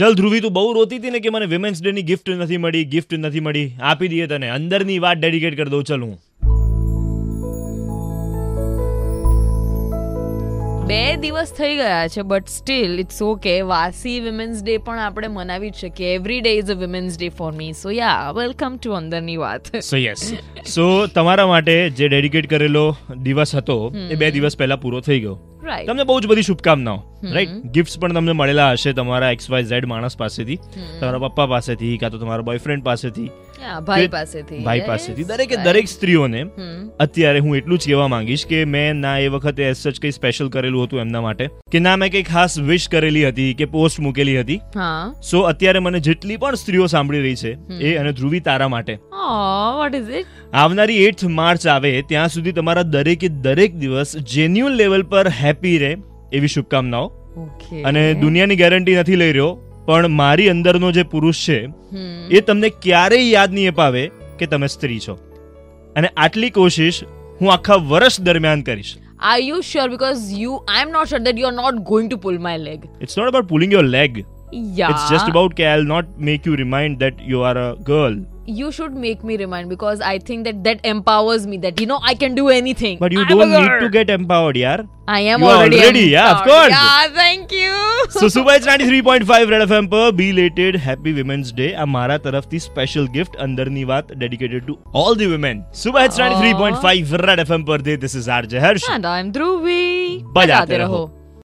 ચલ ધ્રુવી તું બહુ રોતી હતી ને કે મને વિમેન્સ ડે ની ગિફ્ટ નથી મળી ગિફ્ટ નથી મળી આપી દઈએ તને અંદરની વાત ડેડિકેટ કરી દઉં ચલ હું બે દિવસ થઈ ગયા છે બટ સ્ટીલ ઇટ્સ ઓકે વાસી વિમેન્સ ડે પણ આપણે મનાવી જ શકીએ every day is a women's day for me so yeah welcome to અંદરની વાત સો યસ સો તમારા માટે જે ડેડિકેટ કરેલો દિવસ હતો એ બે દિવસ પહેલા પૂરો થઈ ગયો રાઈટ તમને બહુ જ બધી શુભકામનાઓ રાઈટ ગિફ્ટ્સ પણ તમને મળેલા હશે તમારા એક્સ વાય ઝેડ માણસ પાસેથી તમારા પપ્પા પાસેથી કાં તો તમારા બોયફ્રેન્ડ પાસેથી ભાઈ પાસેથી ભાઈ yes, પાસેથી દરેકે right. દરેક સ્ત્રીઓને હમ. અત્યારે હું એટલું જ કહેવા માંગીશ કે મેં ના એ વખતે એસ સચ કંઈ સ્પેશિયલ કરેલું હતું એમના માટે કે ના મેં કંઈ ખાસ વિશ કરેલી હતી કે પોસ્ટ મૂકેલી હતી હા સો અત્યારે મને જેટલી પણ સ્ત્રીઓ સાંભળી રહી છે એ અને ધ્રુવી તારા માટે વોટ ઇઝ ઇટ આવનારી એઇથ માર્ચ આવે ત્યાં સુધી તમારા દરેકે દરેક દિવસ જેન્યુઅલ લેવલ પર હેપી રહે એવી શુભકામનાઓ ઓકે અને દુનિયાની ગેરંટી નથી લઈ રહ્યો પણ મારી અંદરનો જે પુરુષ છે એ તમને ક્યારેય યાદ નહીં અપાવે કે તમે સ્ત્રી છો અને આટલી કોશિશ હું આખા વર્ષ દરમિયાન કરીશ are you sure because you I am not sure that you are not going to pull my leg it's not about pulling your leg yeah it's just about કે I not make you remind that you are a girl you should make me remind because I think that that empowers me that you know I can do anything. But you I'm a don't need girl. Two gate empowered યાર I am You are already, already, yeah, of empowered. course. Yeah, thank you. So super it's ninety three point five red FM પર belated happy women's day આ મારા તરફથી special gift અંદરની વાત dedicated to all the women super it's ninety three point five red FM પર this is R J Harsh And I'm Dhruvi. बजाते रहो।